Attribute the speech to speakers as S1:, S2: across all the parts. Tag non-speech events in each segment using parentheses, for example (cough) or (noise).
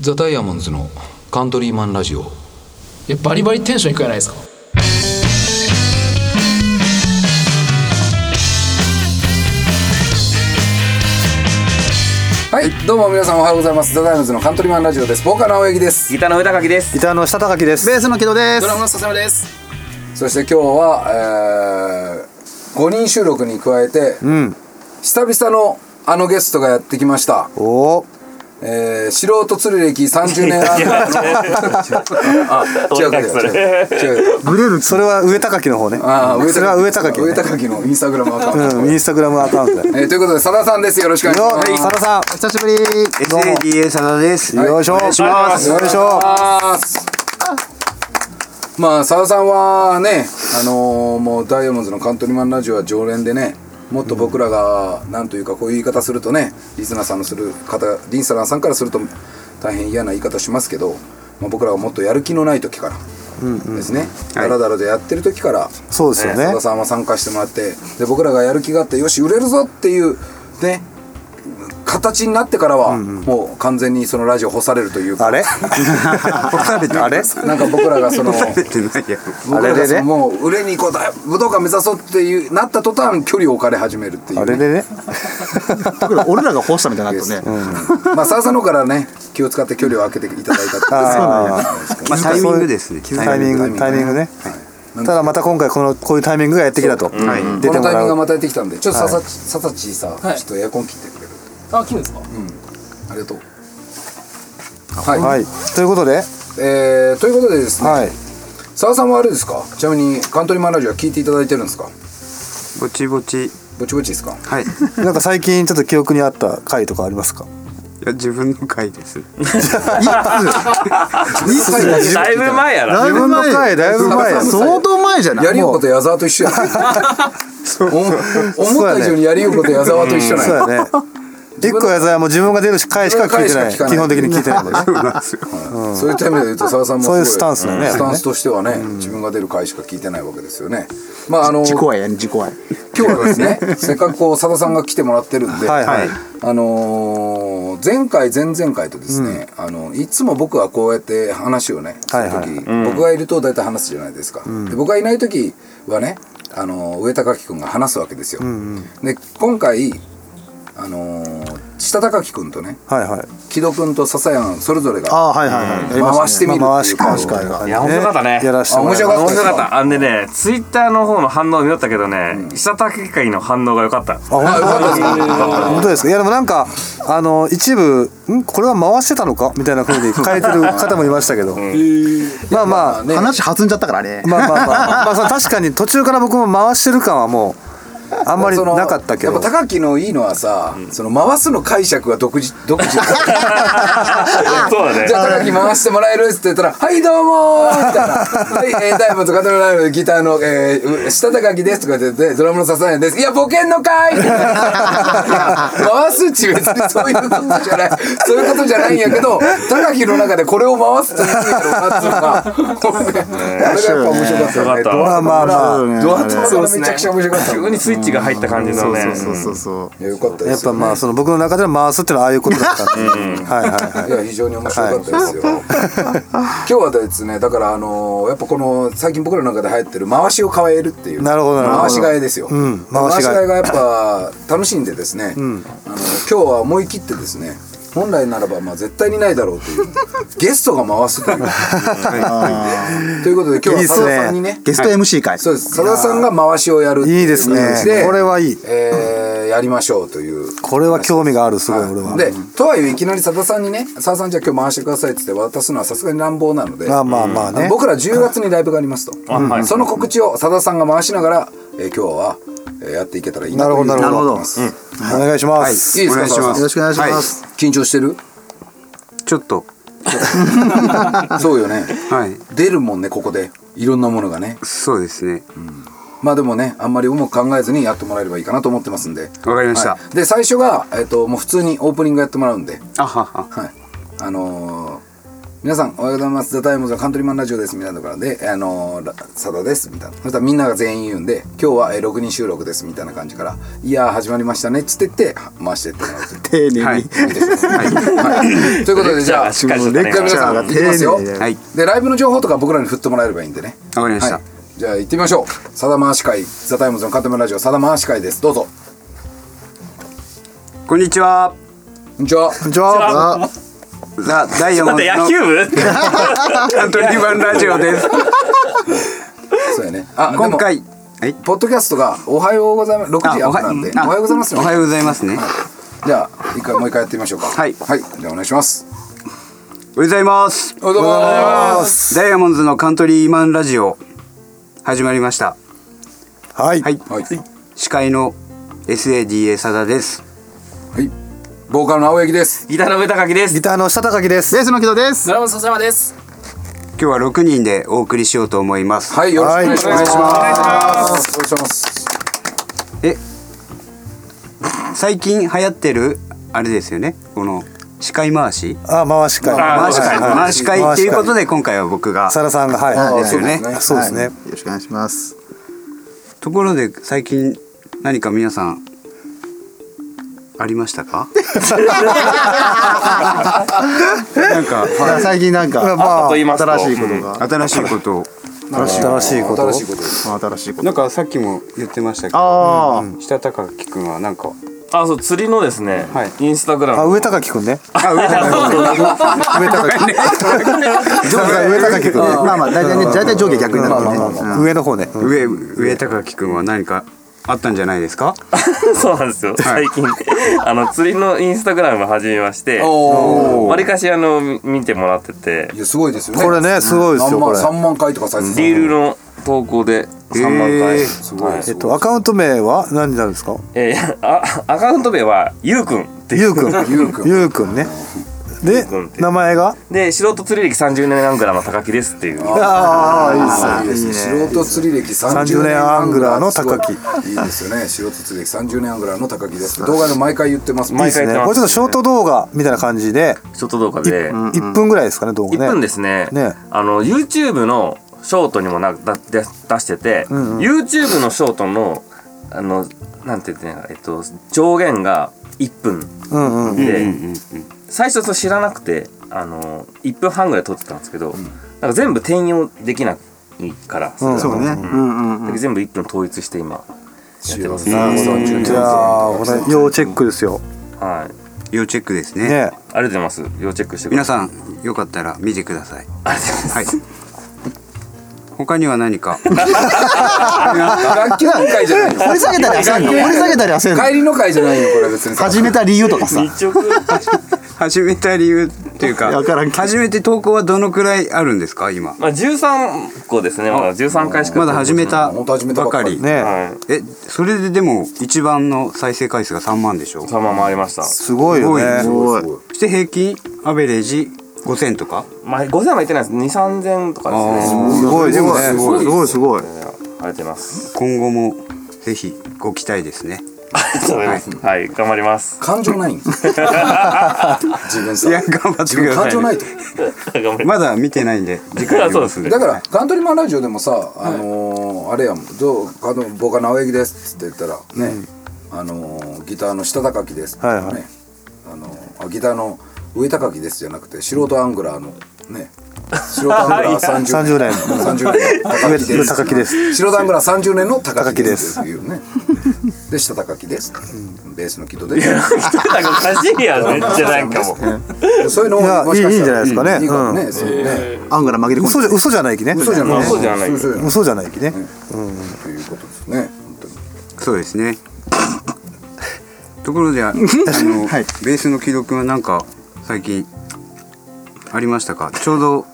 S1: ザ・ダイヤモンズのカントリーマンラジオ
S2: いやバリバリテンションいくじゃないですか
S3: はい、どうも皆さんおはようございます。ザ・ダイムズのカントリーマンラジオです。ボーカルの青柳です。
S4: ギターの上高木です。
S5: ギターの下高木です。ベースの木戸で
S2: ドラムの笹山です
S3: そして今日は、えー、5人収録に加えて、
S5: うん。
S3: 久々のあのゲストがやってきました。
S5: おお。
S3: えー、素人釣り歴30年アンダーの。違う違う違う違う違う。
S5: グレる。それは上高木の方ね。
S3: あー
S5: それは上高木。
S3: 上高木のインスタグラムアカウント。
S5: うん。インスタグラムアカウントだよ。
S3: えーということで、さださんです。よろしくお願いし
S5: よ、
S3: ま
S5: 佐野さん、お久しぶり。どう
S4: SADA 佐田です。
S5: も。よいしょ。よいしょ。よいしょ。
S3: す。まあ、さださんはね、あのーもうダイヤモンドのカントリーマンラジオは常連でね、もっと僕らが、なんというか、こういう言い方するとね、リスナーさんのする方、リスナーさんからすると大変嫌な言い方しますけど、まあ、僕らはもっとやる気のない時から。ですね、だらだらでやってる時から
S5: そうですよね
S3: さださんは参加してもらってで僕らがやる気があってよし売れるぞっていうね形になってからは、もう完全にそのラジオ干されるというか
S5: あれ離れてあれ
S3: なんか (laughs) 僕らがその
S4: ってないや
S3: 僕ら
S5: あれ
S3: が
S5: で
S3: そ
S5: ね
S3: のもう売れに行こうだ武道館目指そうっていうなった途端距離を置かれ始めるっていう
S5: あれでね。
S6: 特に俺らがホしたみたいになったね、
S3: まあさださんの方からね気を使って距離を空けていただいたっていう
S5: あー
S4: まあタイミングですね
S5: タイミング、タイミングね。ただまた今回このこういうタイミングがやってきたと。
S4: はい
S5: 出
S3: このタイミ
S5: ても
S3: ン
S5: ら
S3: グが
S5: う。
S3: またやってきたんでちょっとささ,、ささちさ、
S2: はい
S3: ちょっとエアコン切ってくれる
S2: あ切るんですか
S3: ありがとうはい、
S5: はい。ということで、
S3: えー、ということでですね
S5: はい。
S3: さださんはあれですかちなみにカントリーマンラジオは聞いていただいてるんですか
S4: ぼちぼち。
S3: ぼちぼちですか
S4: はい。い
S5: (laughs) なんか最近ちょっと記憶にあった回とかありますか。
S4: や自分の回です。
S5: だ
S4: いぶ前や。
S6: だ
S5: 自分の回だいぶ前。
S6: 相当前じゃない
S3: やりようこと矢沢と一緒や
S6: (laughs)
S3: ねお思った以上にやりようこと矢沢と一緒なん
S5: そう
S3: や
S5: だね。
S3: (laughs)
S5: 一個やつはもう自分が出る回しか聞いてな
S3: 自
S5: い。
S3: 分の回しか聞かない
S5: 基本的に聞いてないんだ
S3: (laughs)
S5: よね。
S3: そういう点で言うと澤さんもすご
S5: そういうスタンスだね
S3: スタンスとしてはね、自分が出る回しか聞いてないわけですよね。まああの
S6: 自
S3: 今
S6: 己愛やね自己愛
S3: 日はです
S5: (laughs)
S3: ね、せっかくこう佐田さんが来てもらってるんで、
S5: はいはい
S3: あのー前回前々回とですね、あのいつも僕はこうやって話をね、する
S5: はいはい
S3: 時、僕がいると大体話すじゃないですか。で僕がいない時はね、あのー上高木くんが話すわけですよ。で今回あのー下高木くんとね、
S5: はいはい。
S3: 木戸くんと笹山それぞれが
S5: ああはいはいはい。やりま
S3: 回し
S5: したね
S3: てみるっていう
S5: まあ回し
S3: 回
S5: 回
S3: し
S5: し
S3: 会
S5: 会
S3: が
S5: が。
S4: いや面白かったね
S5: やらして
S3: あ
S5: も
S3: 面
S5: らい (laughs)
S3: 白
S5: ま
S3: か
S4: 面
S3: ったです
S4: 白かった。あんでね、ツイッターの方の反応を見よったけどね、久田機会の反応が良かった。
S5: あ本当あ本当ですか。いやでもなんかあの一部んこれは回してたのかみたいな風に書いてる方もいましたけど。まあまあ。
S3: ね
S6: 話弾んじゃったからね
S5: まあまあまあ、まあ、その確かに途中から僕も回してる感はもうあんまり
S3: その
S5: なかったけど
S3: やっぱ高木のいいのはさ、その回すの解釈が独自独
S5: (laughs)
S3: 自
S4: そうだ
S3: じ。ゃあ高木回してもらえるっつって言
S5: (laughs)
S3: ったら「はいどうも」みたいな「はい、えー、ダイヤモンドカトライブギターの、えー、う下高木です」とか言って「ドラムの笹谷です」「いやボケんのか
S5: (laughs)
S3: い! 」回すっち別にそういうことじゃないそういうことじゃないんやけど高木の中でこれを回すって言ってるなっていうの
S5: (laughs)
S3: が俺がやっぱ面白かった
S4: 良
S3: よ
S4: か
S3: ねド
S5: ま
S4: った。
S5: あまあまあ、
S3: ア頭からめちゃくちゃ面白かったよ
S4: 急にスイッチが入った感じのね。
S6: そうそうそう
S3: いやよかったですよ
S5: やっぱまあその僕の中では回すっていうのはああいうことだったんで、はいはいはい
S3: いや非常に面白かったですよ。 (laughs) 今日はですねだからあのーやっぱこの最近僕らの中で流行ってる回しを変えるっていう
S5: なるほどなるほど
S3: 回し替えですよ。
S5: うん
S3: 回
S5: 回
S3: し
S5: し替え
S3: 替えがやっぱ楽しんでですね、あの今日は思い切ってですね本来ならばまあ絶対にないだろうと
S5: (laughs)
S3: いうゲストが回すという。ということで今日は佐田さんにね
S6: ゲスト MC 会
S3: そうです佐田さんが回しをやるって
S5: いいですね
S3: 形で
S5: これはいい
S3: えーやりましょうという。
S5: これは興味があるすごい俺は、
S3: でとはいえいきなり佐田さんにね「佐田さんじゃあ今日回してください」っつって渡すのはさすがに乱暴なので、
S5: まあまあまあね、
S3: 僕ら10月にライブがありますと、その告知を佐田さんが回しながら、えー今日は、えーやっていけたらいいな
S5: な
S3: と
S5: る
S3: い
S5: ほ
S3: う
S5: どなるほ
S3: ふうに思っ
S5: ど
S3: てます
S5: お願いします、
S3: いいですか佐田さん
S6: よろしくお願いします、
S3: 緊張してる
S4: ちょっと。
S3: そうよね
S4: はい。
S3: 出るもんねここでいろんなものがね
S4: そうですね。
S3: まあでもねあんまり重く考えずにやってもらえればいいかなと思ってますんで
S4: わかりました。
S3: はいで最初が、えー、ともう普通にオープニングやってもらうんで
S4: あはは。
S3: はい、あのー皆さんおはようございます「ザタイムズのカントリーマンラジオです」みたいなところで「あのーラ佐田です」みたいなそしたらみんなが全員言うんで「今日はえー6人収録です」みたいな感じから「いやー始まりましたね」っつってっては回してってもらうという
S6: 丁寧に。
S3: はいということでじゃあ
S4: しっかりしてたね
S3: 一回皆さんいきますよ
S6: 丁寧だよ
S7: はい
S3: でライブの情報とか僕らに振ってもらえればいいんでね
S7: わかりました
S3: はいじゃあ行ってみましょう「さだ回し会ザタイムズのカントリーマンラジオさだ回し会です」どうぞ
S7: こんにちは
S3: こんにちは
S6: こんにちは。
S7: ザ・ダイヤモンド
S4: 待って野
S7: の
S4: 球部
S7: カントリーマンラジオです
S3: そうやねあ
S7: 今
S3: 今回
S7: 回はい
S3: ポッドキャストが「おはようございます」6時アップなんで「お
S7: あ
S3: はようございます」
S7: おはようございますねおはよ
S3: じゃあ一回もう一回やってみましょうか。
S7: はい
S3: はい。じゃあお願いします。
S7: うございます
S3: おはようございます。
S7: ダイヤモンドのカントリーマンラジオ始まりました
S5: はい
S7: はい
S3: はい。
S7: 司会の SADA さだです
S3: はい。ボーカルの青柳です。
S4: ギターの上高木です
S5: ギターの下高木です
S6: ベースの木戸です。
S2: ドラムの笹山です。
S7: 今日は6人でお送りしようと思います
S3: はい。よろしくお願いします。
S5: はい
S3: お願いします。
S7: 最近流行ってるあれですよねこの司会回し
S5: あ回し会
S4: あ
S7: 回し会
S5: はい
S7: 回し会っていうことで今回は僕が
S5: さらさんが
S6: あ
S5: は
S6: ー
S5: い
S7: ですよね
S3: そうですね
S5: そうですね
S6: はいよろしくお願いします。
S7: ところで最近何か皆さんありました (laughs) かなんか
S6: 最近なん
S5: まあ
S6: か
S5: ま
S4: と
S5: あ
S4: 言いますと
S6: 新しいことが、
S7: 新しいことを
S5: 新しいこと
S3: 新しいことです。
S6: 新しいこ
S7: な
S6: と。
S7: んかさっきも言ってましたけど
S6: ああ、
S7: 下高木くんはなんか
S4: あそう釣りのですね、
S7: はい
S4: インスタグラ
S5: あ
S4: ム
S5: 上高木くんね
S7: あ上高木
S5: 上高木上高木くんね
S6: まあまあ大体ね大体上下逆にな
S5: まあ
S6: る
S5: まあ
S6: ね
S5: まあ。まあ上の方ね
S7: 上上高木くんは何かあったんじゃないですか
S4: そうなんですよ、
S7: はい
S4: 最近あの釣りのインスタグラム始めまして
S3: おお。
S4: わりかしあのみ見てもらってて
S3: いやすごいですよね。
S5: これねすごいです
S3: 3
S5: よこ
S3: 万
S5: れ
S3: 三万回とか再生。
S4: リールの投稿で3万回、
S7: えー
S4: す
S3: ごい
S5: えっとアカウント名は何になるんですか
S4: えーあアカウント名はゆうくんって
S5: ゆうくん
S3: ゆうくん
S5: ゆうくんねで
S4: くんって
S5: 名前が
S4: で素人釣り歴30年アングラーの高木ですっていう
S5: ああいいです
S3: あーいいですね。素人釣り歴三十
S5: 30
S3: 年
S5: 年
S3: ア
S5: ア
S3: ン
S5: ン
S3: グ
S5: グ
S3: ラ
S5: ラ
S3: ー
S5: ー
S3: の
S5: の
S3: 高
S5: 高
S3: 木
S5: 木
S3: いいですよね素人釣り歴三十年アングラーの高木です動画で毎回言ってます
S5: いい
S4: 毎
S5: で
S4: 回
S5: す
S4: 言
S5: ね
S4: って
S5: こ
S4: ま
S5: れち
S4: す
S5: ょっとショート動画みたいな感じで
S4: ショート動画で、
S5: 1分ぐらいですかね動画
S4: 1
S5: ね
S4: 分ですね
S5: ね
S4: あの YouTube のショートにもなだ出出してて、YouTube のショートのあのなんて言ってんやえっと上限が1分
S5: うんうん
S4: で、最初そう知らなくてあの1分半ぐらい撮ってたんですけど、なんか全部転用できないから、それが
S6: そうね。うんうん
S4: だけど全部1分統一して今やってます、
S5: いやーこれ要チェックですよ
S4: はい
S7: 要チェックですね
S5: ね
S4: ありがとうございます要チェックしてくだ
S7: 皆
S4: さい
S7: さんよかったら見てください
S4: ありがとうございます
S7: はい他には何か (laughs)
S3: 楽器の会じゃ
S6: (laughs)
S3: ないよ
S6: 掘り下げたり焦んの。掘り下げたり焦んの。
S3: 帰りの会じゃないよこれ別にさ
S6: 始めた理由とかさ。
S7: 始めた理由っていうか
S6: わからんけど
S7: 始めて投稿はどのくらいあるんですか今
S4: (laughs) まあ13個ですねまだ13回しか
S7: まだ始めた
S3: 本当始めたば
S7: ば
S3: っか
S7: か
S3: り
S7: り
S5: ね
S4: は
S7: えそれででも一番の再生回数が3万でしょ
S4: い。そのまま回りました。
S5: すごいよ
S7: す
S5: ね
S6: ごい。
S7: そして平均アベレージ5000とか
S4: まあ、5000は行ってないです。2、3000とかですね。
S5: すごいですね
S6: すごいすごいすごい。
S4: ありがとうございます。
S7: 今後もぜひご期待ですね
S4: ありがとうございます。はい、頑張ります。
S3: 感情ないん自分さ
S7: いや頑張ってくださ
S3: 感
S7: い
S3: 情ないと
S4: 頑張りま
S7: まだ見てないんで次回
S4: (laughs)
S7: 見
S4: そう
S7: ま
S4: ですすね。
S3: だからカントリーマンラジオでもさ、あのーあれやもん「どうあのボーカルの青柳です」って言ったらね、あのーギターの下高木です、
S5: はいはい
S3: ねあのーあギターの上高木ですじゃなくて素人アングラーのね
S5: (laughs)
S3: 素人アングラー30年
S5: 30代
S3: 30年高木で
S5: 上
S3: す
S5: 高木です
S3: 素人アングラー30年の高
S5: 高
S3: 木
S5: 木
S3: で
S5: ですす
S3: っていうねで下高木です、ベースの木戸です
S4: (laughs) なんかおかしいやん、めっちゃなんかもう。
S3: そういうの
S5: いや
S3: ももしか
S5: いいいい
S3: し
S5: ん
S3: た
S5: じゃ
S3: ら
S5: ないですかね
S3: いいかもね、
S5: う
S3: そうね、
S6: アングラ紛れ込
S5: 嘘じ
S6: んで。
S5: ゃ嘘じゃないきね
S3: 嘘じゃない、
S4: 嘘じゃない
S3: 嘘じゃない
S5: 嘘じゃないきね
S3: ということですね本当に
S7: そうですねところでああの、
S6: はい
S7: ベースの木戸君はなんか最近ありましたかちょうど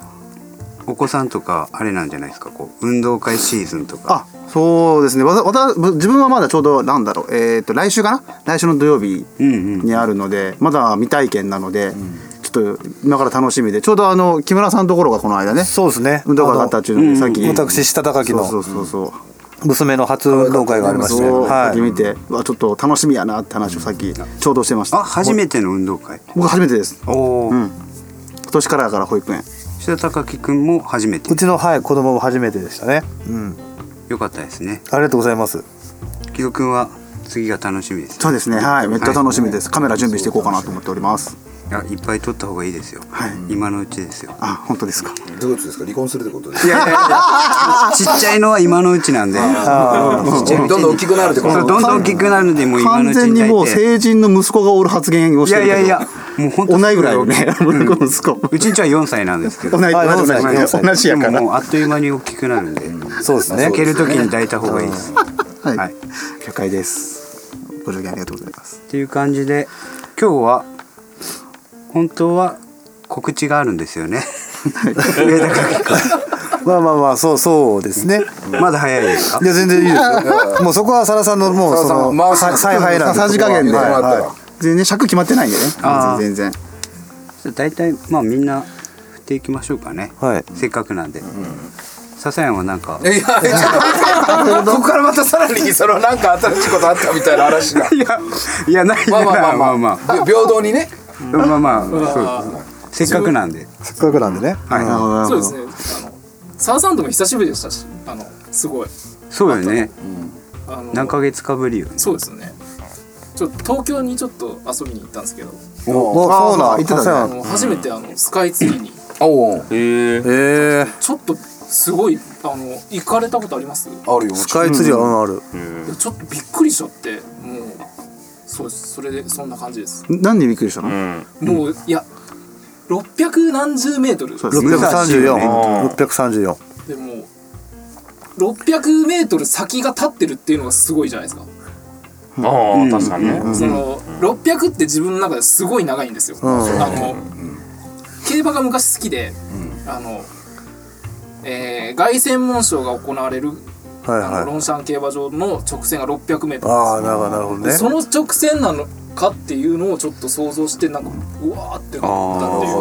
S7: お子さんとかあれなんじゃないですかこう運動会シーズンとか
S6: あそうですねわたわたぶ自分はまだちょうどなんだろう、えー、と来週かな来週の土曜日にあるので、まだ未体験なので、ちょっと今から楽しみでちょうどあの木村さんのところがこの間ね
S5: そうですね
S6: 運動会があったっていうのでさっき、
S5: 私下高木
S6: そう
S5: の
S6: そうそうそう
S5: 娘の初運動会がありまして
S6: そうさっき
S5: は
S6: 見て、うわちょっと楽しみやなって話をさっきちょうどしてまし
S7: あ
S6: た
S7: 初めての運動会
S6: 僕初めてです
S7: おお、
S6: 今年からだから保育園
S7: 下高木くんも初めて
S5: うちのはい子供も初めてでしたねうん
S7: よかったですね
S5: ありがとうございます
S7: 木戸くんは次が楽しみです
S6: そうですねはいめっちゃ楽しみです、カメラ準備していこうかなと思っております
S7: いやいっぱい撮った方がいいですよ、今のうちですよ
S6: あ本当ですか
S8: どういうことですか離婚するってことです
S7: いやいやいやちっちゃいのは今のうちなんでちっちゃいうちに
S3: どんどん大きくなるってこと
S7: そうどんどん大きくなるのでもう今の
S6: 完
S7: うち
S6: 全
S7: に
S6: にも
S7: 抱
S6: う
S7: いて
S6: 成人の息子がおる発言を
S7: い
S6: して
S7: や
S6: る
S7: い
S6: けど
S7: やいやもう本当
S6: 同いぐらいよね
S7: う
S6: 僕
S7: ん
S6: の息子
S7: うちんちは4歳なんですけど
S6: 同い同じ同じ同じや
S7: で
S6: から
S7: ももうあっという間に大きくなるんで
S5: そうですね
S7: 抱ける時に抱いた方がいいです
S6: はい、
S7: はい
S6: 了解ですご助言ありがとうございます
S7: っていう感じで今日は本当は告知があるんですよね上田か
S5: まあまあまあそうそうですね
S7: けまだ早いですか
S5: いや全然いいですよもうそこはサラさんのもうそ
S3: サラさん
S5: の
S3: 回す
S5: さ采配なんで
S6: さじ加減で
S5: そこははい
S3: は
S6: 全然尺決まってないんでね
S7: あー
S6: 全然
S7: 大体まあみんな振っていきましょうかね、
S5: はい
S7: せっかくなんで、笹山はなんか
S3: いや、ちょっと待ってここからまたさらにそのなんか新しいことあったみたいな話が。
S7: いやいやない
S3: まあまあまあ
S7: (laughs) ま
S3: ま
S7: あ
S3: あ
S7: ま
S3: まあ。平等にね。
S7: あまあまあそうですせっかくなんで
S5: せっかくなんでね
S7: は
S2: そうですねあの沢さんとも久しぶりでしたしあのすごい
S7: いそうよね
S2: あの
S7: 何ヶ月かぶりよね
S2: そうですよねちょっと東京にちょっと遊びに行ったんですけど
S5: お
S6: あー
S5: そうな
S6: 言ってたね
S2: あの初めてあのスカイツリーに
S3: おう
S4: (laughs) え
S5: え
S4: ー、
S5: え
S2: ちょっとすごいあの行かれたことあります
S3: あるよ。
S5: スカイツリーはうんある
S2: いやちょっとびっくりしちゃってもうそうですそれでそんな感じです
S6: 何でびっくりしたの、
S2: もういや600何十メートル
S6: そうです
S5: 六百三十四
S7: 武
S4: 蔵
S5: 六百三十四
S2: でも600メートル先が立ってるっていうのがすごいじゃないですか、
S4: ああ確かにね、
S2: その600って自分の中ですごい長いんですよ、あの競馬が昔好きで、あのえー凱旋門賞が行われる、
S5: はい
S2: あの
S5: はい
S2: ロンシャン競馬場の直線が600メートル
S5: ああなるほどなるほどね
S2: その直線なのかっていうのをちょっと想像してなんかうわーって思ったっていう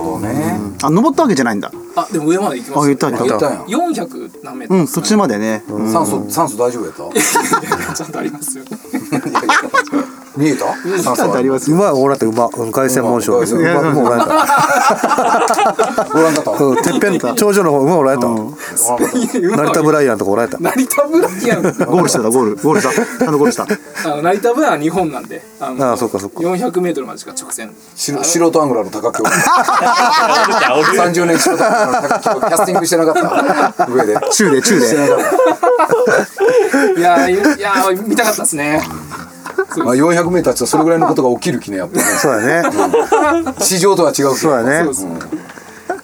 S6: あ登ったわけじゃないんだ
S2: あでも上まで行きま
S6: あ言っ
S2: したた
S6: 言っ
S3: 言ったたんや。
S2: 400何メート
S6: う
S2: ル (laughs)
S6: ん途中までね、
S3: 酸素、酸素大丈夫やった
S2: ちゃんとありますよ
S3: (laughs) 見えた酸
S6: ちゃ
S3: 素
S6: んとあ
S3: あ
S6: り
S3: る。
S6: ます
S5: う
S6: よ
S5: まいオーラってうまうん凱旋門賞う
S3: うまい
S5: まもうおらんか
S3: ご覧になった
S5: ったうんてっぺん頂上の方うまいおらんかっ
S3: ご覧になった
S5: 成田ブライアンとかおらんかっ
S2: 成田ブライアン
S6: ゴールしてたゴールゴールしたちゃんとゴールした
S2: あの成田ブライアンは日本なんであの
S5: あそっかそっか
S2: 400m までしか直線
S3: 素素人アングラーの高木を。30年素人アングラーの高木をキャスティングしてなかった。上で。
S6: 中で中で
S2: いやーいやー見たかったですね
S3: まあ400メーターってそれぐらいのことが起きる気ね、やっぱね。
S5: たそうやね
S3: 地上とは違うけ
S5: そう
S3: ど。
S2: そ
S5: や
S2: う
S5: ね
S2: ですね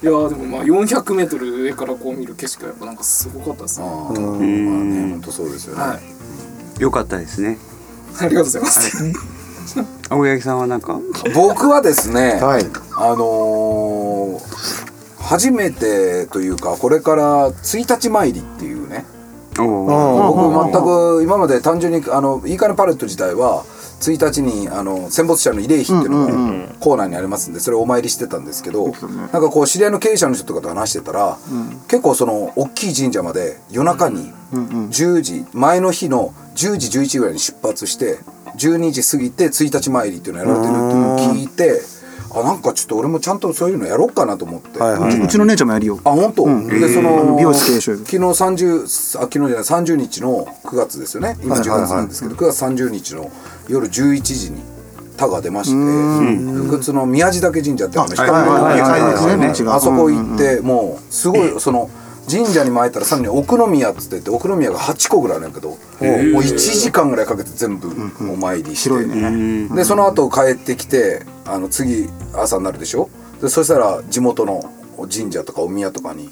S2: いやーでもまあ 400m 上からこう見る景色がやっぱなんかすごかったですね
S3: あーまあね、本当そうですよね。
S2: はい
S7: よかったですね
S2: ありがとうございます
S7: 青柳さんはなんか
S3: 僕はですね、
S5: はい
S3: あのー初めてというかこれから1日参りっていうね
S7: おお
S3: 僕全く今まで単純にあのいいかねパレット自体は1日にあの戦没者の慰霊碑っていうのがコーナーにありますんでそれをお参りしてたんですけどなんかこう知り合いの経営者の人とかと話してたら結構その大きい神社まで夜中に10時前の日の10時11時ぐらいに出発して12時過ぎて1日参りっていうのをやられてるっていうのを聞いてあなんかちょっと俺もちゃんとそういうのやろうかなと思って。
S5: はいはいう
S6: ちの姉ちゃんもやるよ
S3: あ本当、でその
S6: 美容師継承
S3: 昨日30あ昨日じゃない30日の9月ですよね今10月なんですけど、9月30日の夜11時にタが出まして、福津の宮地岳神社ってあの光
S6: はいはいはいはい
S3: の
S6: はいはい
S3: あそこ行ってもうすごいその神社に参ったらさらに奥宮っつってて奥宮が8個ぐらいあるんやけどもう1時間ぐらいかけて全部お参りして、
S6: 広いね
S3: でその後帰ってきてあの次朝になるでしょでそしたら地元の神社とかお宮とかに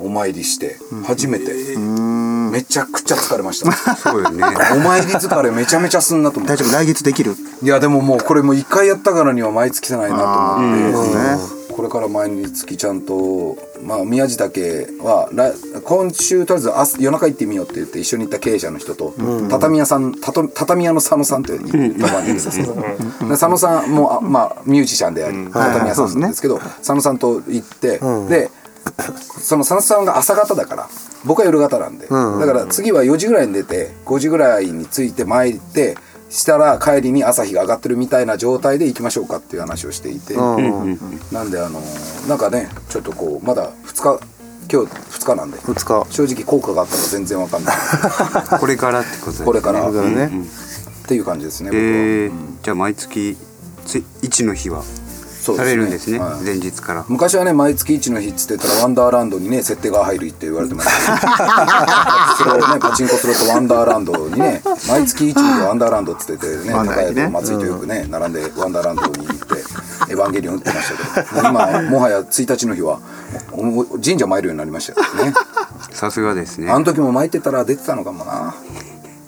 S3: お参りして初めて、めちゃくちゃ疲れました
S7: そうよね
S3: お参り疲れめちゃめちゃすんなと思っ
S6: 大
S3: て
S6: 丈夫来月できる
S3: いやでももうこれもう一回やったからには毎月じゃないなと思って、
S6: あ
S3: これから毎月ちゃんと、まあ、宮地だけは来今週とりあえず明日夜中行ってみようって言って一緒に行った経営者の人と、畳屋さんたと畳屋の佐野さんという呼ばれてるんですけどで佐野さんもあ、まあ、ミュージシャンであり、畳屋さんなんですけど、佐野さんと行って、でその佐野さんが朝方だから僕は夜型なんで、だから次は4時ぐらいに出て5時ぐらいに着いて参ってしたら帰りに朝日が上がってるみたいな状態で行きましょうかっていう話をしていて、なんであのなんかねちょっとこうまだ2 2日今日2日なんで
S5: 2日
S3: 正直効果があったか全然わかんない
S7: これからってことです
S3: (laughs)
S7: ね
S3: これから
S5: だからね、
S3: っていう感じですね、僕は
S7: えー、じゃあ毎月つ1の日は
S3: そう
S7: されるんですね
S3: はい
S7: 前日から
S3: 昔はね毎月1の日っつってたらワンダーランドにね設定が入るって言われてましたけどそれをねパチンコするとワンダーランドにね毎月1の日ワンダーランドっつっててね
S6: ワンダー
S3: 高
S6: ランドね
S3: 屋と松井とよくね並んでワンダーランドに行ってエヴァンゲリオン打ってましたけど今はもはや1日の日はおお神社参るようになりましたよね
S7: さすがですね
S3: あの時も巻いてたら出てたのかもな。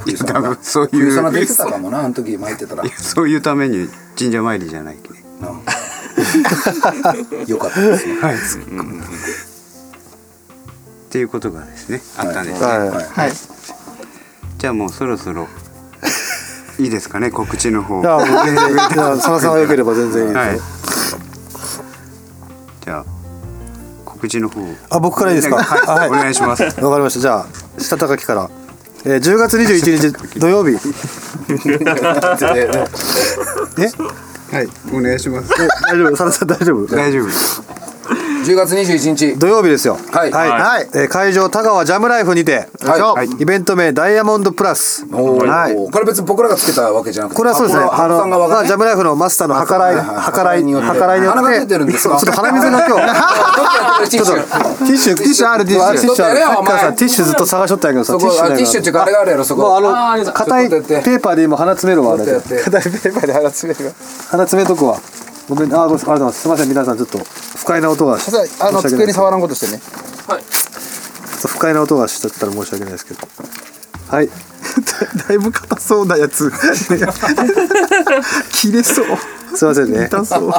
S3: 冬
S7: 多分そういう
S3: 冬さな出てたかもな、あの時巻いてたら。
S7: いやそういうために神社参りじゃないけど
S3: うんよかったですね。
S7: はい、うんっていうことがですねあったんですね、
S5: はい
S6: はい
S7: じゃあもうそろそろいいですかね告知の方
S5: いやもう全然いや佐野さんが良ければ全然いいですよ、
S7: はいじゃあ告知の方
S5: あ僕からいいですか
S7: はい、お願いします
S5: わかりました。じゃあ、下高木から。えー、10月21日
S3: (laughs)
S5: 土曜日。え
S7: はいお願いします
S5: え大丈夫サラさん大丈夫
S7: 大丈夫
S3: 10月21日。
S5: 土曜日ですよ。
S3: はい
S5: はい。はいえー会場、田川ジャムライフにて、
S3: はい
S5: はいイベント名、ダイヤモンドプラス。
S3: おー
S5: はい
S3: これ別に僕らがつけたわけじゃなくて。
S5: これはそうですね。
S3: あ
S5: あ
S3: これは
S5: の、
S3: さんが
S5: ま
S3: わ
S5: あジャムライフのマスターの計らい、
S3: はいはい
S5: 計
S3: 計
S5: らい、
S3: らいによって
S5: 計らいによって。
S3: 鼻が出てるんですか
S5: そうちょっと鼻水が今
S3: (laughs)
S5: 日。
S3: ちょっと
S5: ティッシュ、ティッシュある、ティッシュ。ティッシュある。
S3: ちょっとやれよお前
S5: さっきからさティッシュずっと探しとったんやけどさ、
S3: そこあティッシュっていうかあれがあるやろそこ
S5: もうあ
S2: あーあり
S5: の
S2: がとう
S5: 硬い
S3: ち
S5: ペ
S3: ょっとやって
S5: ーパーで今鼻詰めるわあれ
S3: ちょっとやって
S5: 硬いペーパーで鼻詰めるわ鼻詰めとこはごめんあーごめんありがとうございますすいません皆さんちょっと不快な音がし
S6: あ
S5: 申
S6: の
S5: し訳
S6: 机に
S5: ない
S6: 触らんことしてね
S5: です不快な音がしちゃったら申し訳ないですけどはい
S6: だいぶ硬そうな
S5: (laughs)
S6: やつ切れそう
S5: すいませんね (laughs)
S6: 痛そう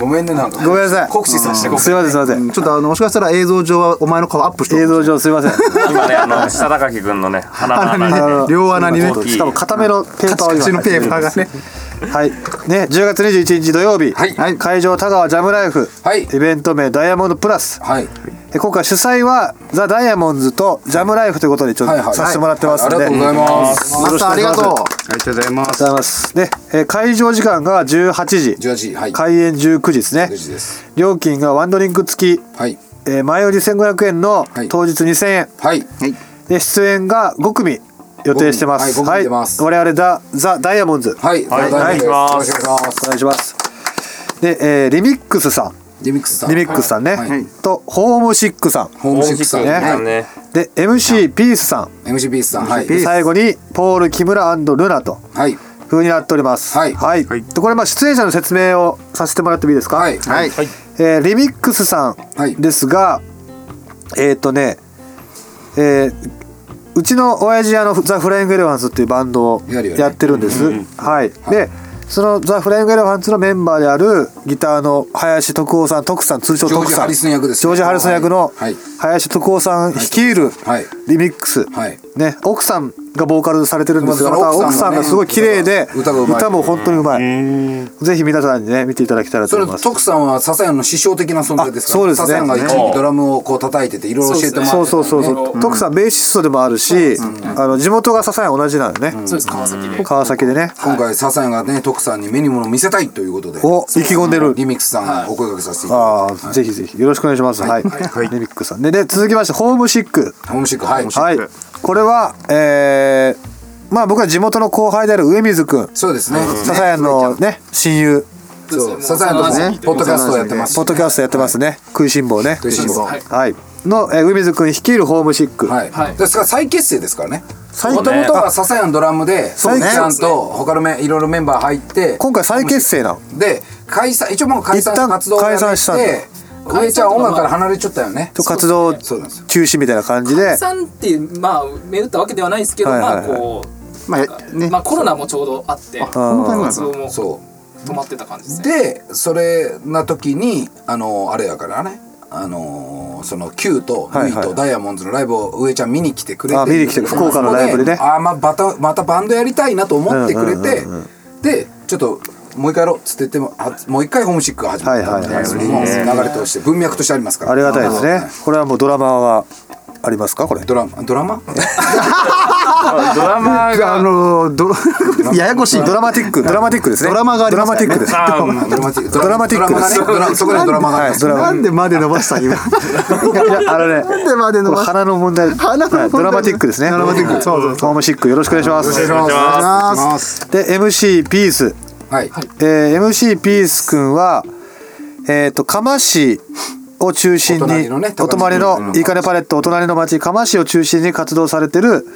S3: ごめんねなんか。
S5: ごめんなさい
S3: 酷使させてごめん
S5: すいませんすいません
S6: ちょっとあのもしかしたら映像上はお前の顔アップして
S5: 映像上すいません
S4: 今ねあの下高木君のね鼻の
S5: あ
S4: 穴
S5: の
S6: 両穴にね
S5: ちょっとしかも固めのペーパーを
S6: カチカ
S5: 今
S6: チのペーパーがね
S5: はいね10月21日土曜日
S3: はい
S5: はい会場田川ジャムライフ
S3: はい
S5: イベント名ダイヤモンドプラス
S3: はい。
S5: え今回主催はザ・ダイヤモンズとジャムライフということでちょっ
S3: はいはい
S5: とさせてもらってます
S3: あ
S5: の
S3: り
S5: で、
S3: がとうございます。
S5: よろ
S6: マ
S5: しくお願いします
S6: スターありがとう
S7: ありがとうございま
S5: ありがとうご
S7: す
S5: ざいますで、えー会場時間が18時
S3: 18時はい。
S5: 開演19時ですね
S3: 19時です
S5: 料金がワンドリンク付き、
S3: はい
S5: えー前売り1500円の
S3: はい
S5: 当日2000円、
S3: はい。
S5: で出演が5組予定してます
S3: 五組はい五組出ます
S5: 我々だザ・ダイヤモンズ、
S3: はい。
S4: はい
S3: よ
S4: はい
S3: ろしくお願いします。
S5: お願いしますで、えーリミックスさん
S3: リミックスさん。
S5: リミックスさんね、
S3: はいはい
S5: とホームシックさん
S3: ホームシックさん。
S5: ホームシック
S3: は
S5: さ
S3: い
S5: ん
S4: ね
S5: で MC ピースさん
S3: MCP さん。はい。
S5: で最後にポール木村ルナと
S3: はい。
S5: 風になっております。
S3: はい
S5: はい。
S7: はい
S5: でこれまあ出演者の説明をさせてもらってもいいですか。
S3: はい。
S6: はい
S5: えーリミックスさ
S3: はい
S5: んですが、えっ、とね、えーうちの親父あのザ・フライング・エレファンスっていうバンドを
S3: やるよね
S5: やってるんです。はい。で。そのザ・フライング・エレファンツのメンバーであるギターの林徳夫さん徳さん通称
S3: ジョージ
S5: 徳さん
S3: ハリスン役ですね
S5: ジョージ・ハリスン役の
S3: はい
S5: 林徳夫さん率いる
S3: はい
S5: リミックス、
S3: はい
S5: ね、奥さんがボーカルされてるんですがま
S3: ま
S5: た
S3: あその
S5: 奥
S3: 奥
S5: さ
S3: さ
S5: ん
S3: ん
S5: が
S3: がね
S5: すごい綺麗で
S3: 歌がうまい
S5: 歌も本当にうまいぜひ皆さんにね見ていただきたいなと
S3: それ
S5: 思います
S3: 徳さんは笹谷の師匠的な存在ですから
S5: あそうです
S3: 笹
S5: ね
S3: 谷が一時期ドラムをこう叩いてていろいろ教えてもらって
S5: そうそうそう
S3: う
S5: そう徳さんベーシストでもあるしあの地元が笹谷同じなのね
S2: そうです川崎で
S5: 川崎でね
S3: 今回笹谷がね徳さんに目に物を見せたいということで
S5: お意気込んでる
S3: リミックスさんお声掛けさせていただ
S5: ああぜひぜひよろしくお願いしますはいリミックさんでで続きましてホームシック
S3: きホームシックはい
S5: はいこれはえーまあ僕は地元の後輩である上水くん
S3: そうですね
S5: 笹谷のね親友
S3: そう笹谷とねポッドキャストをやってます
S5: ポッドキャストやってますね食いしん坊ね
S3: 食いしん坊
S2: はい
S5: はいのえー上水くん率いるホームシック
S3: はい、
S2: はい
S3: ですから再結成ですからね
S5: 最
S3: もともとは笹谷のドラムで
S5: う
S3: 笹
S5: ね
S3: 谷さんと他のめいろいろメンバー入って
S5: 今回再結成なの
S3: で解散一応もう解散
S5: 一旦
S3: 活動をやめ
S5: 解散したん
S3: て上ちゃんは音楽から離れちゃったよね
S5: と活動
S3: そうなんですよ
S5: 休止みたいな感じで
S2: さんっていうまあ目打ったわけではないですけど
S5: はいはい
S2: ま
S5: は
S2: あ
S5: い
S2: こ
S6: まあ
S2: う
S6: ね
S2: まあコロナもちょうどあって
S6: このタイムなん
S2: 活
S6: だ
S2: 動も
S3: そう
S2: 止まってた感じですね
S3: でそれな時にあのあれやからねあのその Q と
S5: は
S3: ユ
S5: い
S3: イ
S5: はい
S3: とダイヤモンドのライブを上ちゃん見に来てくれて
S5: あ見に来て福岡のライブでね
S3: そこあーまあまたまたバンドやりたいなと思ってくれてでちょっともう一回やろうっつって言ってもあもう一回ホームシックが始まったみたい
S5: はい
S3: な
S5: はい
S3: それも流れとして文脈としてありますから
S5: ありがたいですねこれはもうドラマーがありますかこれ
S3: ドラマドラ
S5: (laughs)
S3: マ
S4: ドラマが
S6: あ
S5: (laughs)
S6: のドラややこしい
S5: ドラマティックドラマティックですね
S6: ドラマがあり
S5: ド
S6: ま
S5: ラ
S6: す
S5: マ
S6: から
S5: ティック
S6: ね
S5: です
S4: あー
S3: ドラマティ
S5: ドラマティックです
S3: ドラマがねドラそこでドラマがあります
S5: ドラマ
S6: なんでまで伸ばした今
S5: いやあのね
S6: なんでまで伸
S5: これ
S6: ばした
S5: 鼻の問題
S6: 鼻の問題
S5: はいドラマティックですねドラマティックそうそうホームシックよろしくお願いします
S4: お願いします
S6: ます
S5: で MC ピース
S3: はい
S5: えー MC ピースくんはえっと釜市を中心
S3: お隣
S5: に
S3: のね
S5: お隣のいいかねパレットお隣の町釜市を中心に活動されてる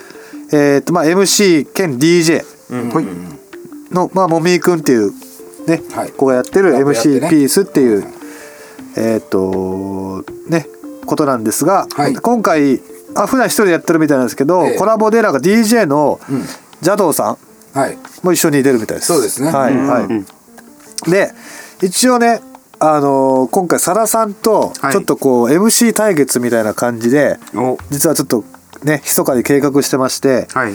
S5: えっとまあ MC 兼 DJ のまあもみーくんっていうね
S3: はい
S5: 子がやってる
S3: やってね
S5: MC ピースっていうえっとねことなんですが
S3: はい
S5: 今回あ普段一人でやってるみたいなんですけど
S3: ええ
S5: コラボでなんか DJ の邪道さん
S3: はい
S5: も一緒に出るみたいです。
S3: そうですね
S5: はい、はい。で、一応ね、あのー今回、さらさんと、
S7: はい
S5: ちょっとこう、MC 対決みたいな感じで、
S7: お
S5: 実はちょっと、ね、密かに計画してまして、
S7: はい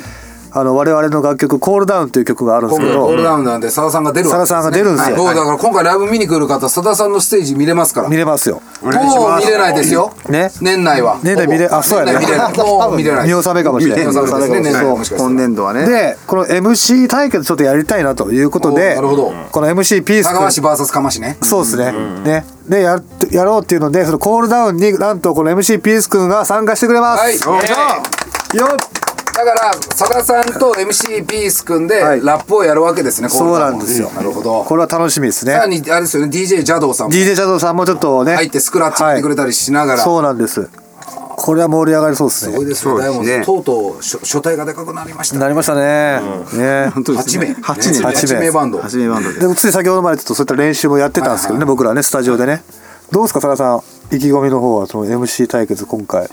S5: あの、我々の楽曲、コールダウンという曲があるんで
S3: 今
S5: すけ
S3: 回
S5: ど、
S3: オールラウンダーでさださんが出るわけですね
S5: さださんが出るんですよ
S3: はいそうだから今回ライブ見に来る方さださんのステージ見れますから
S5: 見れますよ。
S3: もう見れないですよ
S5: ね
S3: 年内は
S5: 年内見れあそうやね
S3: 年内見れ
S5: (laughs)
S3: ないもう見れない
S5: 見納めかもしれない
S3: 見納めですね年内はもしかしたら
S6: 今年度はね
S5: で、この MC 対決ちょっとやりたいなというこ
S3: お
S5: とで、
S3: ーなるほど
S5: この MC ピース
S3: 高橋
S5: 君
S3: VS かましね
S5: そうですね。ね。で、やっ、やろうっていうので、そのコールダウンに、なんとこの MC ピース君が参加してくれます。
S3: はい
S5: よっ
S3: だからさださんと MC ピース組んで
S5: はい
S3: ラップをやるわけですね
S5: そうなんですよ
S3: このドラマなるほど
S5: これは楽しみですね
S3: さら。にあれですよね DJ 邪道さんも
S5: DJ ジャドさんもちょっとね。
S3: 入ってスクラッチやってくれたりしながら
S5: はいそうなんです。これは盛り上がりそうです
S3: すごい
S5: ね。
S3: ですねダイヤモンド
S7: そうです
S3: とうとう初初体がでかくなりました
S5: なりましたね。ね。
S3: 8名
S5: 八名
S3: 8名バンド
S6: 初めバンドで
S5: で、つい先ほどまでちょっとそういった練習もやってたんですけどね、僕らね、スタジオでね。どうですか、さらさん。意気込みの方は、その MC 対決、今回。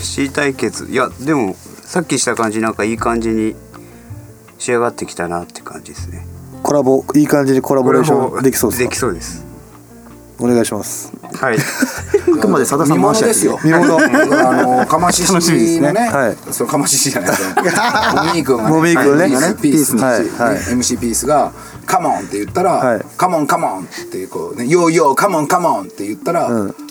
S7: C 対決いやでもさっきした感じなんかいい感じに仕上がってきたなって感じですね
S5: コラボ、いい感じにコラボレーションできそうです
S7: で
S5: か
S7: きそうです
S5: お願いします。
S7: はい
S6: あくまでさださ
S3: 見
S6: ん
S3: 物
S6: 回し
S3: で
S6: ですす
S3: よ
S6: よ
S5: 見物。 (laughs)
S3: あのかまししのね
S5: はい
S3: そのかまししじゃ
S5: (laughs)
S3: ないですモミー君が
S5: もみーくんね
S3: はいピースピース
S5: はい
S3: ピース
S5: はい
S3: ね MC ピースが「カモン」って言った
S5: は
S3: ら
S5: い
S3: 「カモンカモン」ってこうね「ヨーヨーカモンカモン」って言ったら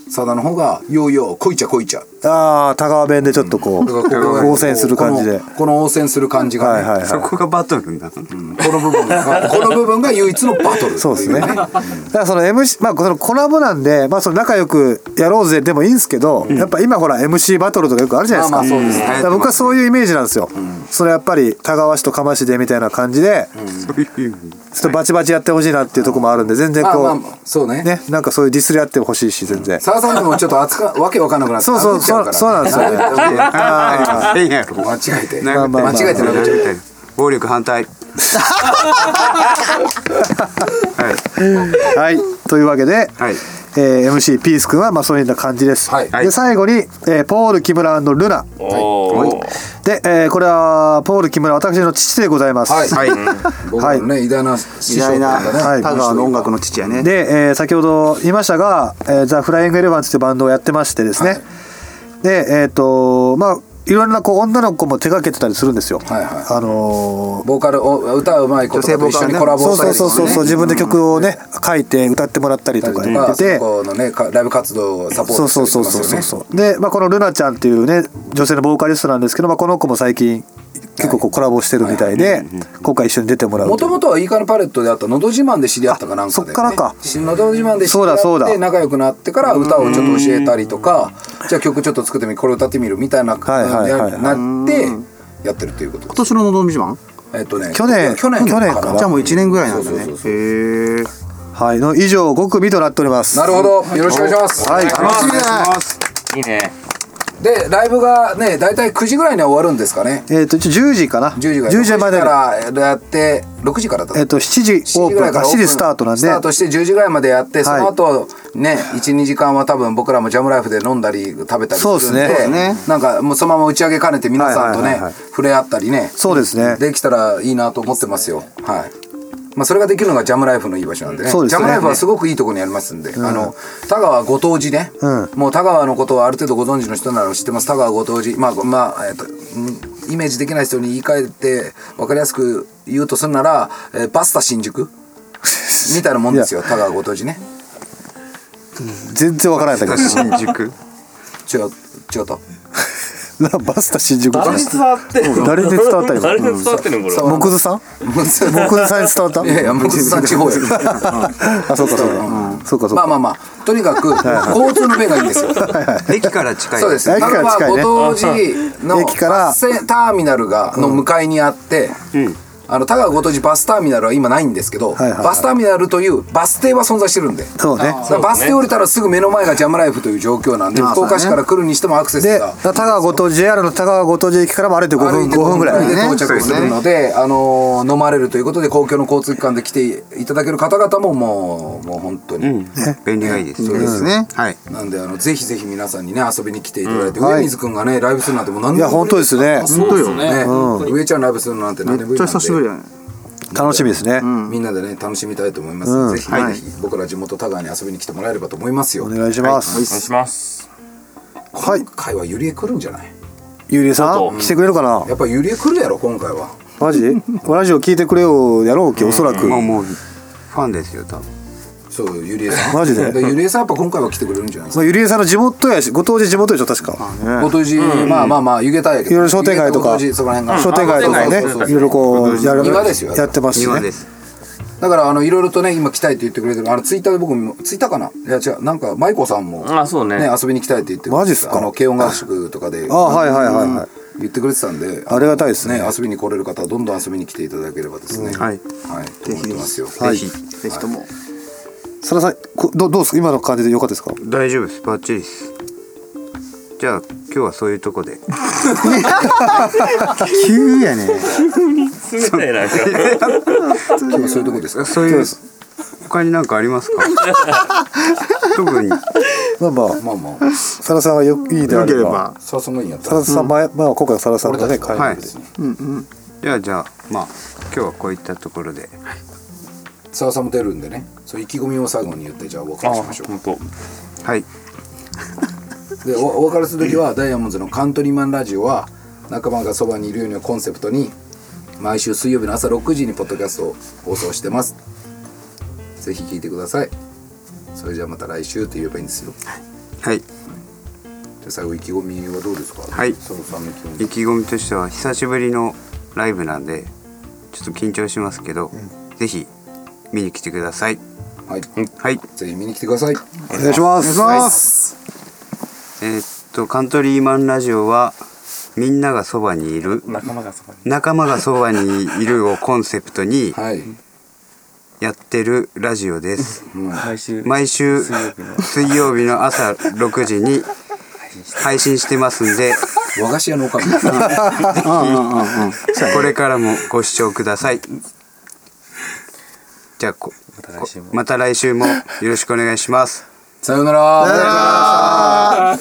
S3: さだの方が「ヨーヨーこいちゃこいちゃ」
S5: ああ、田川弁でちょっとこう、
S3: だからここが
S5: 応戦する感じ
S3: こ
S5: で。
S3: のこの応戦する感じ
S5: は
S3: が
S5: いはい
S3: ね
S5: は
S7: そ
S5: い。
S7: こがバトルになった
S3: この部分
S5: (laughs)
S3: がこの部分が唯一のバトル
S5: そうですね。だからその MC、まあそのコラボなんで、まあその仲良くやろうぜでもいいんですけど、やっぱ今ほら MC バトルとかよくあるじゃないですか。
S3: まあまあそうですね
S5: だから僕はそういうイメージなんですよ。それやっぱり田川市と釜市でみたいな感じで、ちょっとバチバチやってほしいなっていうところもあるんで、全然
S3: まあ
S5: こ
S3: まあ
S5: う、
S3: そうね
S5: ね、なんかそういうディスり合ってほしいし、全然。
S3: さださんでもちょっと扱うわけわかんなくなって
S5: そうそう、そうそうなんですよね。
S7: 変やろ
S3: 間違えて
S7: なんか
S5: まあまあまあ
S3: 間違えてなくなっちゃう
S7: 暴力反対はい
S5: はい、というわけで、
S7: はい
S5: えー MC ピース君はまあそういうような感じです。
S3: はい
S5: で最後に、えーポール木村ルナ
S4: おー
S5: で、えーこれはポール木村私の父でございます。
S3: はい
S7: はい
S3: 僕らのね偉大な師
S6: 偉
S3: 匠とい
S6: 大
S3: う
S6: な
S3: かね
S5: はい
S6: 田川の音楽の父やね
S5: で、えー先ほど言いましたが、えー、ザ・フライング・エレファンツというバンドをやってましてですね、でえっ、とまあいろんなこう女の子も手掛けてたりするんですよ。
S3: はいはい
S5: あのー
S3: ボーカルを歌うまい子とかと一緒にコラボ
S5: そう
S3: した
S5: そ
S3: り
S5: うそ
S3: とか
S5: うそう
S3: ね
S5: そう自分で曲をね書いて歌ってもらったりとかやってて、
S3: このねかライブ活動をサポー
S5: そ
S3: トし
S5: う
S3: て
S5: そうそう
S3: ます
S5: そうそう
S3: よね
S5: で、まあ、このルナちゃんっていうね女性のボーカリストなんですけど、まあ、この子も最近結構こうコラボしてるみたいで、今回一緒に出てもらう
S3: も
S5: と
S3: ともとはイーカのパレットであった「のど自慢」で知り合ったかなんかで、ね、
S5: あそっからか
S3: しのど自慢で知
S5: そうだそう
S3: り合っ
S5: だ
S3: て仲良くなってから歌をちょっと教えたりとかじゃあ曲ちょっと作ってみこれ歌ってみるみたいな
S5: はいはいはい
S3: やなってやってるっていうことで
S6: 今年の「のどみじまん」
S3: すえっとね
S5: 去年
S3: 去年
S5: 去年か
S3: な
S5: な
S6: じゃあもう1年ぐらいなんだね
S3: そうそうそ
S6: へえ
S5: はい、の以上5組となっております
S3: なるほどよろしくお願いします、
S5: はい楽しみだ
S4: いいね
S3: でライブがね大体9時ぐらいには終わるんですかね
S5: えっ、と一応10時かな
S3: 10時ぐらい
S5: ま
S3: 6時
S5: で
S3: からやって6時からだ
S5: えっ、と7時オ
S3: 7
S5: ー
S3: 時ぐ
S5: プ
S3: ら
S5: ン
S3: いか
S5: から
S3: オー
S5: 7
S3: プン
S5: 時スタートなん
S3: ス
S5: で
S3: タートして10時ぐらいまでやって、
S5: はい
S3: その後ね12時間は多分僕らもジャムライフで飲んだり食べたりするんで
S5: そうですねそうです
S6: ね
S3: なんかもうそのまま打ち上げ兼ねて皆さんとね、
S5: はいはいはいはい
S3: 触れ合ったりね
S5: そうですね
S3: できたらいいなと思ってますよはいまあそれができるのがジャムライフのいい場所なんでね
S5: そうですね
S3: ジャムライフはすごくいいところにありますんで、あの田川ご当地ね、
S5: うん
S3: もう田川のことをある程度ご存知の人なら知ってます田川ご当地まあまあ、えっとうんイメージできない人に言い換えて分かりやすく言うとするなら、えーバスタ新
S5: (laughs)
S3: 宿みたいなもんですよ田川ご当地ね
S7: (laughs)
S5: 全然わからないんだけど
S7: 新宿
S3: 違う違うと
S5: なバスタ新宿
S4: 誰に伝わってんの
S5: 誰に伝わった今
S4: 誰に伝わってんのこれは
S5: 木津さん木津さんに伝わった
S3: いやいやもうさ地方や
S5: あそうかそうかそうかそう
S3: まあ
S5: か
S3: まあまあとにかく交通の便がいいんですよ
S7: 駅から近い
S3: そうです。
S5: 駅
S3: な
S5: か
S3: ん
S5: ら
S3: か
S5: 近いね
S3: ご当地の
S5: 駅から
S3: バスターミナルがの向かいにあって、あの田川ご当地バスターミナルは今ないんですけど、
S5: はいはいはい
S3: バスターミナルというバス停は存在してるんで。
S5: そうね
S3: だからバス停降りたらすぐ目の前がジャムライフという状況なんで、
S6: ああ
S3: 福岡市から来るにしてもアクセス
S5: で
S3: が
S5: 田川ご当地 JR の田川ご当地駅からも歩いて5分5分ぐらい
S3: で
S5: ね
S3: 到着するので、あのー飲まれるということで公共の交通機関で来ていただける方々ももうもう本当に、
S7: 便利がいいです。そう
S6: ですね。
S7: はい。
S3: なんであのぜひぜひ皆さんにね遊びに来ていただいて、
S5: はい
S3: 上水くんがねライブするなんてもう何
S5: いや本当ですね
S2: そうですね
S3: ね、
S2: 本当に
S3: 上ちゃんライブするのなんて何年ぶり
S6: めっちゃ
S3: なんで
S6: 久しぶりだね。
S5: 楽しみですね
S3: みんなでね楽しみたいと思います、ぜひぜひ、僕ら地元田川に遊びに来てもらえればと思いますよ
S5: お願いします
S4: お願いします
S5: はい
S3: 今回はゆりえ来るんじゃない
S5: ゆりえさん来てくれるかな
S3: やっぱゆりえ来るやろ今回は
S5: マジラジオ聞いてくれよやろうけおそらく
S7: まあもうファンですよ多分。
S3: そうゆりえさん
S5: (laughs) マジで
S3: らゆりえさんやっぱ今回は来てくれるんじゃないです
S5: まあゆりえさんの地元やしご当地地元でしょ確か
S3: かご当地、まあまあまあ湯気たやけど
S5: いろいろ商店街とか
S3: ご当地そこら辺が
S5: 商店街とかね
S3: そうそうそう
S5: いろいろこうやる
S3: 庭ですよ
S5: やってますし
S7: 庭
S5: ね
S7: です。
S3: だからあのいろいろとね今来たいって言ってくれてるあのツイッターで僕もツイッターかないや違うなんか舞子さんも
S4: あそうね
S3: ね遊びに来たいって言ってくれて
S5: マジっすか
S3: あの軽音楽宿とかで
S5: あはいはいはいはい
S3: 言ってくれてたんで
S5: ありがたいです
S3: ね
S5: ね
S3: 遊びに来れる方はどんどん遊びに来ていただければですね、
S7: はい。
S3: はい、と思ってますよ。
S5: はい
S7: ぜひ
S6: ぜひとも。
S5: さださんこどどうですか今の感じでよかったですか
S7: 大丈夫です。バッチリです。じゃあ今日はそういうとこで。
S6: 急やね。
S4: 冷たいな
S3: 今日はそういうとこですか。
S7: そういう他になんかあります
S5: (laughs)
S7: か。特に。
S5: まあまあ
S3: まあまあ、
S5: さださんがよいいであ
S6: よけ
S5: れ
S6: れ
S5: ば
S6: ば。
S3: さあそのいいんやった
S5: さ
S3: ら。
S5: ださん前まあ今回はさださんがね帰
S7: はい
S5: る。
S7: じゃあじゃあまあ今日はこういったところで。
S3: さあさんも出るんでね。そう意気込みを最後に言ってじゃあお別れしましょ
S4: 本当
S7: はい。
S3: う。でおお別れする時はダイヤモンドのカントリーマンラジオは仲間がそばにいるようにをコンセプトに毎週水曜日の朝6時にポッドキャストを放送してます。ぜひ聞いてください。それじゃあまた来週って言えばいいんですよ。
S7: はい。
S3: で最後意気込みはどうですか。
S7: はい
S3: さあさんの意気込み。
S7: 意気込みとしては久しぶりのライブなんでちょっと緊張しますけど、ぜひ見に来てください。
S3: はい。
S7: はい。
S3: ぜひ見に来てください。
S5: お願いしますお願いします
S7: えーっとカントリーマンラジオはみんながそばにいる
S4: 仲間がそこに
S7: 仲間がそばにいるをコンセプトに
S3: はい。
S7: やってるラジオです。
S4: 毎週
S7: 毎週水曜日の朝6時に配信してますんで、
S3: 和菓子屋のおかみ。
S7: これからもご視聴ください。じゃあここまた来週もよろしくお願いします。
S3: さようなら。